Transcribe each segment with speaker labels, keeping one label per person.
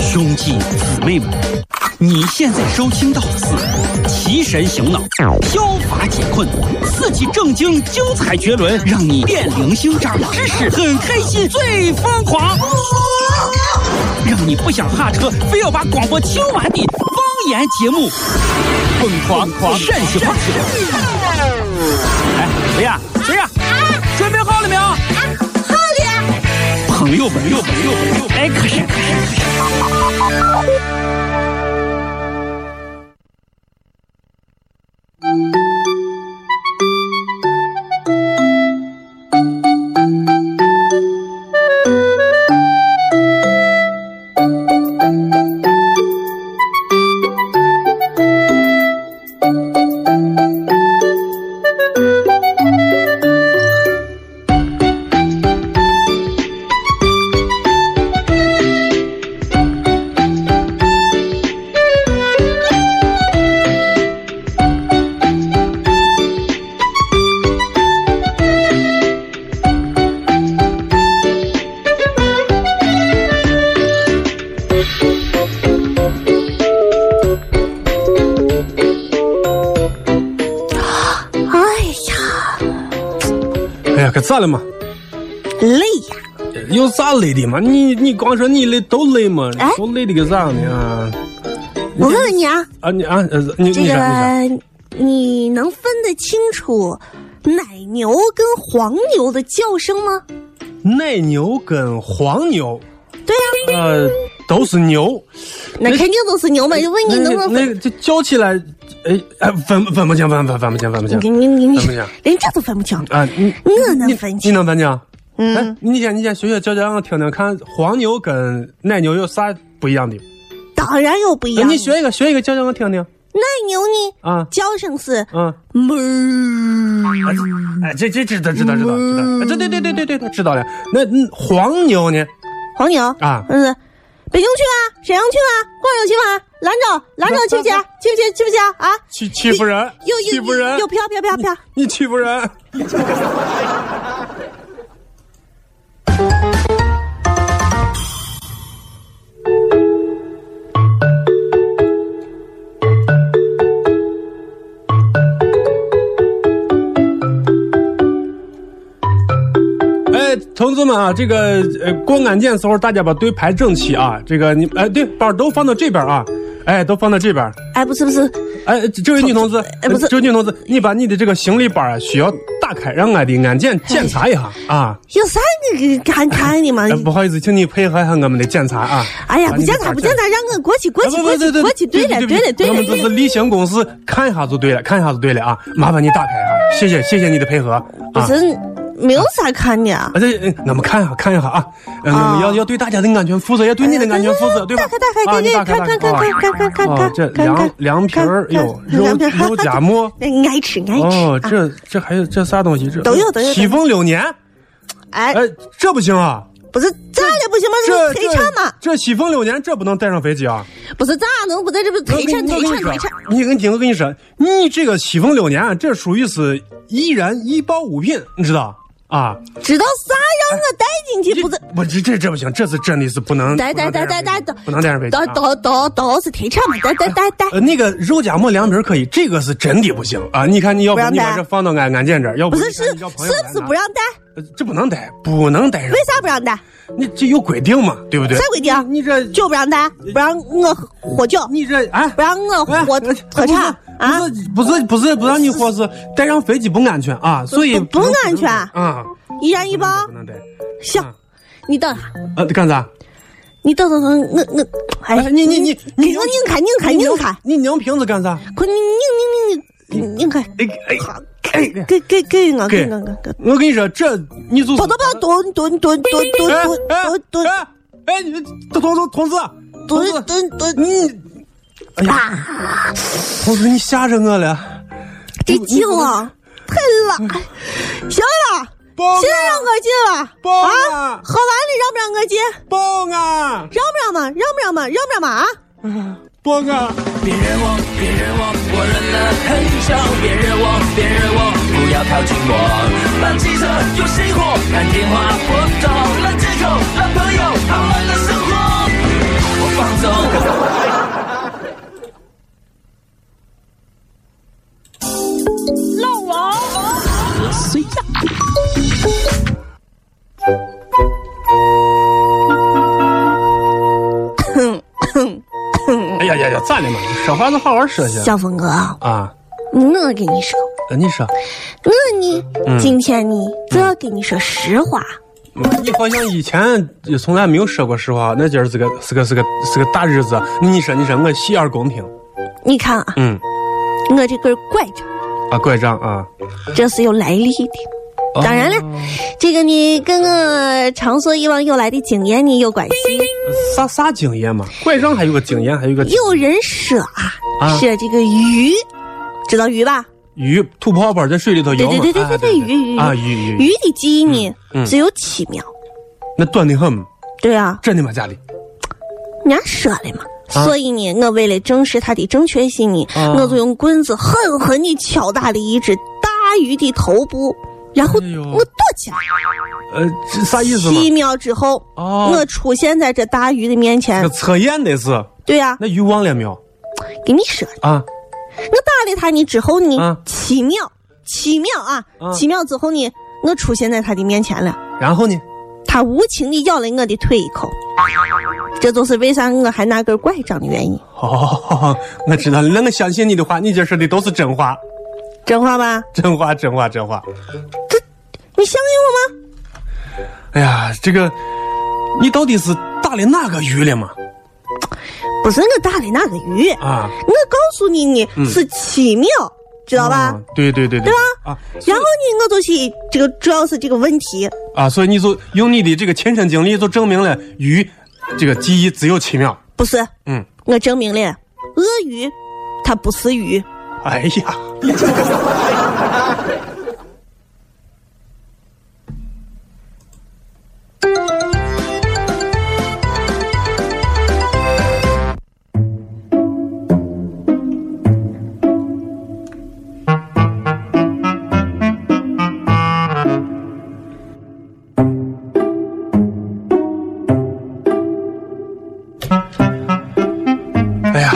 Speaker 1: 兄弟姊妹们，你现在收听到的是《提神醒脑，消乏解困，刺激正经，精彩绝伦，让你变零星长知识，很开心，最疯狂，让你不想下车，非要把广播听完的方言节目，疯狂狂陕西话。哎，谁呀？谁呀？准备好了没有？
Speaker 2: 好了，
Speaker 1: 朋友们，朋友们，朋友们，朋友们哎，可是。可是
Speaker 2: 哎呀，
Speaker 3: 哎呀，可咋了嘛？
Speaker 2: 累呀！
Speaker 3: 有啥累的嘛？你你光说你累都累嘛
Speaker 2: 哎？
Speaker 3: 都累的个啥呢？啊
Speaker 2: 我问问你啊，
Speaker 3: 啊你啊呃你
Speaker 2: 这
Speaker 3: 你啥你啥？
Speaker 2: 个你能分得清楚奶牛跟黄牛的叫声吗？
Speaker 3: 奶牛跟黄牛，
Speaker 2: 对呀、
Speaker 3: 呃，都是牛。
Speaker 2: 那肯定都是牛嘛！就问你
Speaker 3: 那
Speaker 2: 能
Speaker 3: 个
Speaker 2: 不能
Speaker 3: 那
Speaker 2: 分？
Speaker 3: 个这叫起来，哎哎分分不清，分分分不清，分不
Speaker 2: 你
Speaker 3: 清
Speaker 2: 你你你
Speaker 3: 分不清
Speaker 2: 连这都分不清，
Speaker 3: 啊！你
Speaker 2: 我能分
Speaker 3: 你
Speaker 2: 清。
Speaker 3: 能分清？哎
Speaker 2: 嗯，，
Speaker 3: 你先你先学学教教，让我听听看，黄牛跟奶牛有啥不一样的？
Speaker 2: 当然有不一
Speaker 3: 哎
Speaker 2: 样。
Speaker 3: 你学一个学一个教教我听听
Speaker 2: 奶牛呢？
Speaker 3: 啊
Speaker 2: 叫声是
Speaker 3: 啊！
Speaker 2: 哞
Speaker 3: 哎
Speaker 2: 儿，
Speaker 3: 这哎，这这知道知道知道知道，
Speaker 2: 嗯
Speaker 3: 哎这对对对对对对，知道了。那嗯黄牛呢？
Speaker 2: 黄牛
Speaker 3: 啊
Speaker 2: 嗯，北京去吗？沈阳去吗？广州去吗？兰州，兰州去不去？去不去？去不去？啊？
Speaker 3: 欺欺负人，
Speaker 2: 又
Speaker 3: 欺
Speaker 2: 又
Speaker 3: 负人
Speaker 2: 又，又飘飘飘飘。
Speaker 3: 你欺负人。哎，同志们啊，这个呃，过安检时候大家把队排整齐啊。这个你哎，对，包都放到这边啊，哎，都放到这边。
Speaker 2: 哎，不是不是，
Speaker 3: 哎，这这位女同志，
Speaker 2: 哎不是
Speaker 3: 这位女同志，你把你的这个行李包啊，需要打开，让俺的安检检查一下啊。
Speaker 2: 有啥你看看的嘛
Speaker 3: 哎，？不好意思，请你配合一下我们的检查啊。
Speaker 2: 哎呀，
Speaker 3: 把
Speaker 2: 不
Speaker 3: 你的
Speaker 2: 见他
Speaker 3: 包
Speaker 2: 不见他，让我过去过
Speaker 3: 哎
Speaker 2: 去
Speaker 3: 不
Speaker 2: 过
Speaker 3: 不
Speaker 2: 去
Speaker 3: 对对
Speaker 2: 过去，对了
Speaker 3: 对
Speaker 2: 对了对
Speaker 3: 我们这是
Speaker 2: 了，
Speaker 3: 例行公事，看一下就对了，看一下就对了啊。麻烦你打开哈，谢谢谢谢你的配合啊。
Speaker 2: 不是没有啥看的啊
Speaker 3: 啊，。这呃我们看一下看一下啊，呃我
Speaker 2: 啊
Speaker 3: 们要要对大家的安全负责，要对你的安全负责，对吧
Speaker 2: 打？开打开，
Speaker 3: 啊
Speaker 2: 对
Speaker 3: 你
Speaker 2: 对，
Speaker 3: 打
Speaker 2: 看
Speaker 3: 开打
Speaker 2: 看看
Speaker 3: 开啊
Speaker 2: 看看看看
Speaker 3: 哦
Speaker 2: 看，，
Speaker 3: 这凉凉皮儿，有肉肉夹馍。
Speaker 2: 哎爱吃啊爱
Speaker 3: 哦，
Speaker 2: 吃。
Speaker 3: 这这还有这啥东西？这
Speaker 2: 哎都有都有
Speaker 3: 喜逢流年，
Speaker 2: 哎
Speaker 3: 哎，，这不行啊！
Speaker 2: 不是咋了不行吗？
Speaker 3: 这
Speaker 2: 这推唱嘛，
Speaker 3: 这喜逢流年，这不能带上飞机啊！
Speaker 2: 不是咋能不在这不推唱推唱推唱？
Speaker 3: 你你听，我跟你说，你这个喜逢流年啊，这属于是易燃易爆物品，你知道啊？
Speaker 2: 知道啥让我啊带进去不是？
Speaker 3: 不哎这这这不行，这次真的是不能，
Speaker 2: 带带
Speaker 3: 不能
Speaker 2: 带带
Speaker 3: 上
Speaker 2: 带
Speaker 3: 飞机不能带上飞机
Speaker 2: 到
Speaker 3: 啊。
Speaker 2: 到到到是推唱嘛，带带带带。
Speaker 3: 呃，那个肉夹馍凉皮儿可以，这个是真的不行啊！你看，你要
Speaker 2: 不
Speaker 3: 不
Speaker 2: 让
Speaker 3: 你把
Speaker 2: 带
Speaker 3: 这放到俺俺见这儿，要
Speaker 2: 不
Speaker 3: 不
Speaker 2: 是
Speaker 3: 你
Speaker 2: 是
Speaker 3: 看
Speaker 2: 是
Speaker 3: 你叫
Speaker 2: 不
Speaker 3: 朋友来
Speaker 2: 是
Speaker 3: 拿
Speaker 2: 不让带？
Speaker 3: 呃这不能带，不能带上
Speaker 2: 为。啥不让带？
Speaker 3: 你这有规定嘛，对不对？
Speaker 2: 啥规定？
Speaker 3: 你这
Speaker 2: 酒不让带，不让我喝酒，
Speaker 3: 你这啊，
Speaker 2: 不让我
Speaker 3: 哎
Speaker 2: 喝
Speaker 3: 哎
Speaker 2: 喝茶啊，
Speaker 3: 不是不是不是不让你喝是带上飞机不安全啊，所以
Speaker 2: 不不安全
Speaker 3: 啊，
Speaker 2: 一人一包。
Speaker 3: 不能带。
Speaker 2: 行
Speaker 3: 嗯，
Speaker 2: 你等下，
Speaker 3: 呃，干啥？
Speaker 2: 你等等等，我我哎
Speaker 3: 哎，你你你你
Speaker 2: 给我拧开拧开拧开，
Speaker 3: 你拧瓶子干啥？
Speaker 2: 快拧拧拧拧拧开，
Speaker 3: 哎哎哎，
Speaker 2: 给给给我
Speaker 3: 给
Speaker 2: 给我给我给我，
Speaker 3: 我跟你说，这你就是
Speaker 2: 跑到跑多多多多多
Speaker 3: 哎
Speaker 2: 多
Speaker 3: 哎
Speaker 2: 多多
Speaker 3: 哎哎，你同同同志，同啊
Speaker 2: 多
Speaker 3: 志，
Speaker 2: 多多，
Speaker 3: 你
Speaker 2: 啊
Speaker 3: 哎呀，同志你吓着我了。
Speaker 2: 这酒啊嗯太辣，行了，
Speaker 3: 报
Speaker 2: 现在让我进了。
Speaker 3: 报
Speaker 2: 啊，
Speaker 3: 案！
Speaker 2: 喝完了让不让我进？
Speaker 3: 报案！
Speaker 2: 让不让嘛？让不让嘛？让不让嘛？啊！
Speaker 3: 报啊案！
Speaker 4: 别惹我，别惹我，我忍了很久。别惹我，别惹我，不要靠近我。浪记者有新火，看天花不懂，浪借口，浪朋友，好玩的生活。我放纵
Speaker 3: 哎赞了嘛，少发个好好说行
Speaker 2: 小峰哥，
Speaker 3: 啊。
Speaker 2: 我跟你说，
Speaker 3: 呃你说，
Speaker 2: 我呢，
Speaker 3: 嗯
Speaker 2: 今天呢，就要跟你说实话。
Speaker 3: 你好像以前也从来没有说过实话，那今儿是个是个是个是个大日子。你说你说，我洗耳恭听。
Speaker 2: 你看啊，
Speaker 3: 嗯，
Speaker 2: 我这根拐杖，
Speaker 3: 啊，拐杖啊，
Speaker 2: 这是有来历的。
Speaker 3: 哦
Speaker 2: 当然了，这个呢，跟我长所以往有来的经验呢有关系。
Speaker 3: 啥啥经验嘛？拐杖还有个经验，还有个
Speaker 2: 有人说啊，
Speaker 3: 啊
Speaker 2: 说这个鱼，知道鱼吧？
Speaker 3: 鱼吐泡泡在水里头
Speaker 2: 对
Speaker 3: 游
Speaker 2: 对
Speaker 3: 嘛。
Speaker 2: 对对
Speaker 3: 啊
Speaker 2: 对对，鱼鱼
Speaker 3: 啊鱼嗯鱼
Speaker 2: 鱼的记忆呢只有七秒。
Speaker 3: 那短的很，
Speaker 2: 对啊，
Speaker 3: 真的吗？假的？
Speaker 2: 人家说了嘛。
Speaker 3: 啊
Speaker 2: 所以呢，我为了证实它的正确性呢，我就用棍子狠狠地敲打了一只大鱼的头部，然后
Speaker 3: 哎呦
Speaker 2: 我躲起来。
Speaker 3: 呃，这啥意思嘛？
Speaker 2: 七秒之后，
Speaker 3: 哦
Speaker 2: 我出现在这大鱼的面前
Speaker 3: 这。测验的是，
Speaker 2: 对呀、
Speaker 3: 那鱼忘了没有？
Speaker 2: 给你说，
Speaker 3: 啊，
Speaker 2: 我打了它呢之后呢，
Speaker 3: 啊
Speaker 2: 七秒，七秒啊，
Speaker 3: 啊
Speaker 2: 七秒之后呢，我出现在它的面前了。
Speaker 3: 然后呢？
Speaker 2: 它无情地咬了我的腿一口，这就是为啥我还拿根拐杖的原因。
Speaker 3: 哦，我知道了，那我相信你的话，你这说的都是真话，
Speaker 2: 真话吧？
Speaker 3: 真话，真话，真话。
Speaker 2: 你相信我吗？
Speaker 3: 哎呀，这个，你到底是打了哪个鱼了嘛？
Speaker 2: 不是我打的那个鱼，
Speaker 3: 啊，嗯
Speaker 2: 我告诉你呢，是七秒，知道吧？
Speaker 3: 啊对对对对，对
Speaker 2: 吧
Speaker 3: 啊
Speaker 2: 然后呢，我就去这个主要是这个问题，
Speaker 3: 啊，所以你就用你的这个亲身经历，就证明了鱼这个记忆只有七秒。
Speaker 2: 不是
Speaker 3: 嗯，
Speaker 2: 我证明了，鳄鱼它不是鱼。
Speaker 3: 哎呀，哎呀，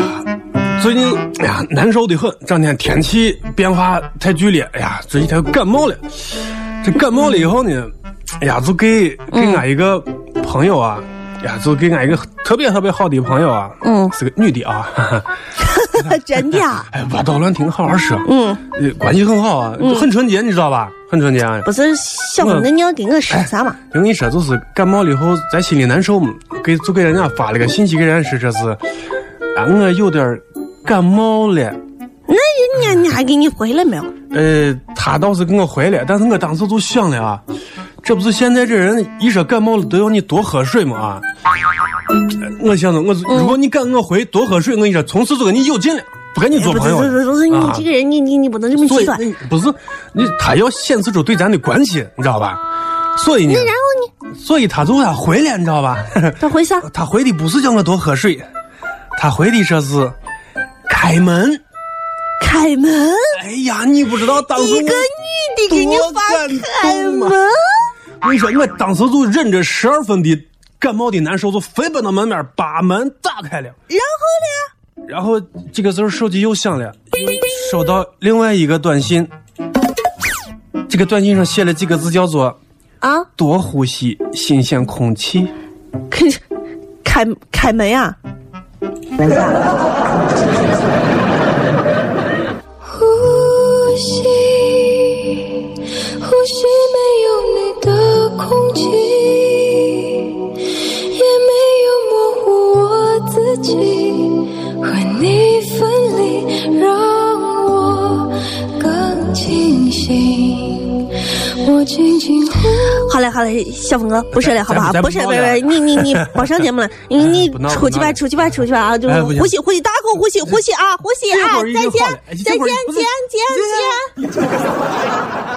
Speaker 3: 最近哎呀难受的很，这两天天气变化太剧烈，哎呀，这几天感冒了。这感冒了以后呢，哎呀，就给给俺一个朋友啊，哎呀，就给俺一个特别特别好的朋友啊，
Speaker 2: 嗯
Speaker 3: 是个女的啊， 哈哈
Speaker 2: 真的 啊？
Speaker 3: 哎，歪倒乱听，好好说，嗯，关系很好啊，很纯洁，你知道吧？很纯洁啊。
Speaker 2: 不是小峰哥，你要跟我说啥嘛？
Speaker 3: 人跟你说，就是感冒了以后，咱心里难受嘛，给就给人家发了个信息，给人家说这是，啊，我有点儿感冒了。哎
Speaker 2: 那人家你还给你回了没有？
Speaker 3: 呃，他倒是给我回了，但是我当时就想了啊，这不是现在这人一说感冒了都要你多喝水嘛啊！呃我想着，我
Speaker 2: 嗯
Speaker 3: 如果你敢我回多喝水，我跟你说，从此就跟你有劲了，不跟你做
Speaker 2: 哎不
Speaker 3: 朋
Speaker 2: 是
Speaker 3: 友
Speaker 2: 不是
Speaker 3: 了。
Speaker 2: 不是，你
Speaker 3: 啊
Speaker 2: 这个人你你你不能这么
Speaker 3: 所
Speaker 2: 极
Speaker 3: 以
Speaker 2: 端。
Speaker 3: 那不是你，他要显示出对咱的关心，你知道吧？所以呢，
Speaker 2: 哦然后呢？
Speaker 3: 所以他就他回了，你知道吧？
Speaker 2: 他回啥？
Speaker 3: 他回的不是叫我多喝水，他回的说是开门。
Speaker 2: 开门，
Speaker 3: 哎呀，你不知道当时
Speaker 2: 一个
Speaker 3: 我
Speaker 2: 女的给你发开
Speaker 3: 多感啊
Speaker 2: 门
Speaker 3: 动，我跟你说，我当时就忍着十二分的感冒的难受，就飞奔到门边，把门打开了。
Speaker 2: 然后
Speaker 3: 然后这个时候手机又响了，又收到另外一个短信。这个短信上写了几个字，叫做
Speaker 2: 呢？啊，
Speaker 3: “多呼吸新鲜空气
Speaker 2: 开开开门呀、啊！
Speaker 5: 呼吸，呼吸没有你的空气，也没有模糊我自己。和你分离，让我更清醒。我轻轻呼。
Speaker 2: 好嘞好嘞，小峰哥，不说了好不好？
Speaker 3: 咱咱
Speaker 2: 不说
Speaker 3: 不
Speaker 2: 不
Speaker 3: 闹
Speaker 2: 是
Speaker 3: 了哎
Speaker 2: 不是，你你 你别上节目了，你你
Speaker 3: 不闹了
Speaker 2: 出去
Speaker 3: 不闹
Speaker 2: 吧
Speaker 3: 了
Speaker 2: 出去吧出去吧啊！就
Speaker 3: 哎不行
Speaker 2: 呼吸呼吸，大口呼吸呼吸啊呼吸
Speaker 3: 这
Speaker 2: 啊
Speaker 3: 会儿！已
Speaker 2: 再
Speaker 3: 经
Speaker 2: 见
Speaker 3: 好了哎
Speaker 2: 再
Speaker 3: 这
Speaker 2: 见
Speaker 3: 会儿不
Speaker 2: 见
Speaker 3: 是
Speaker 2: 见见。”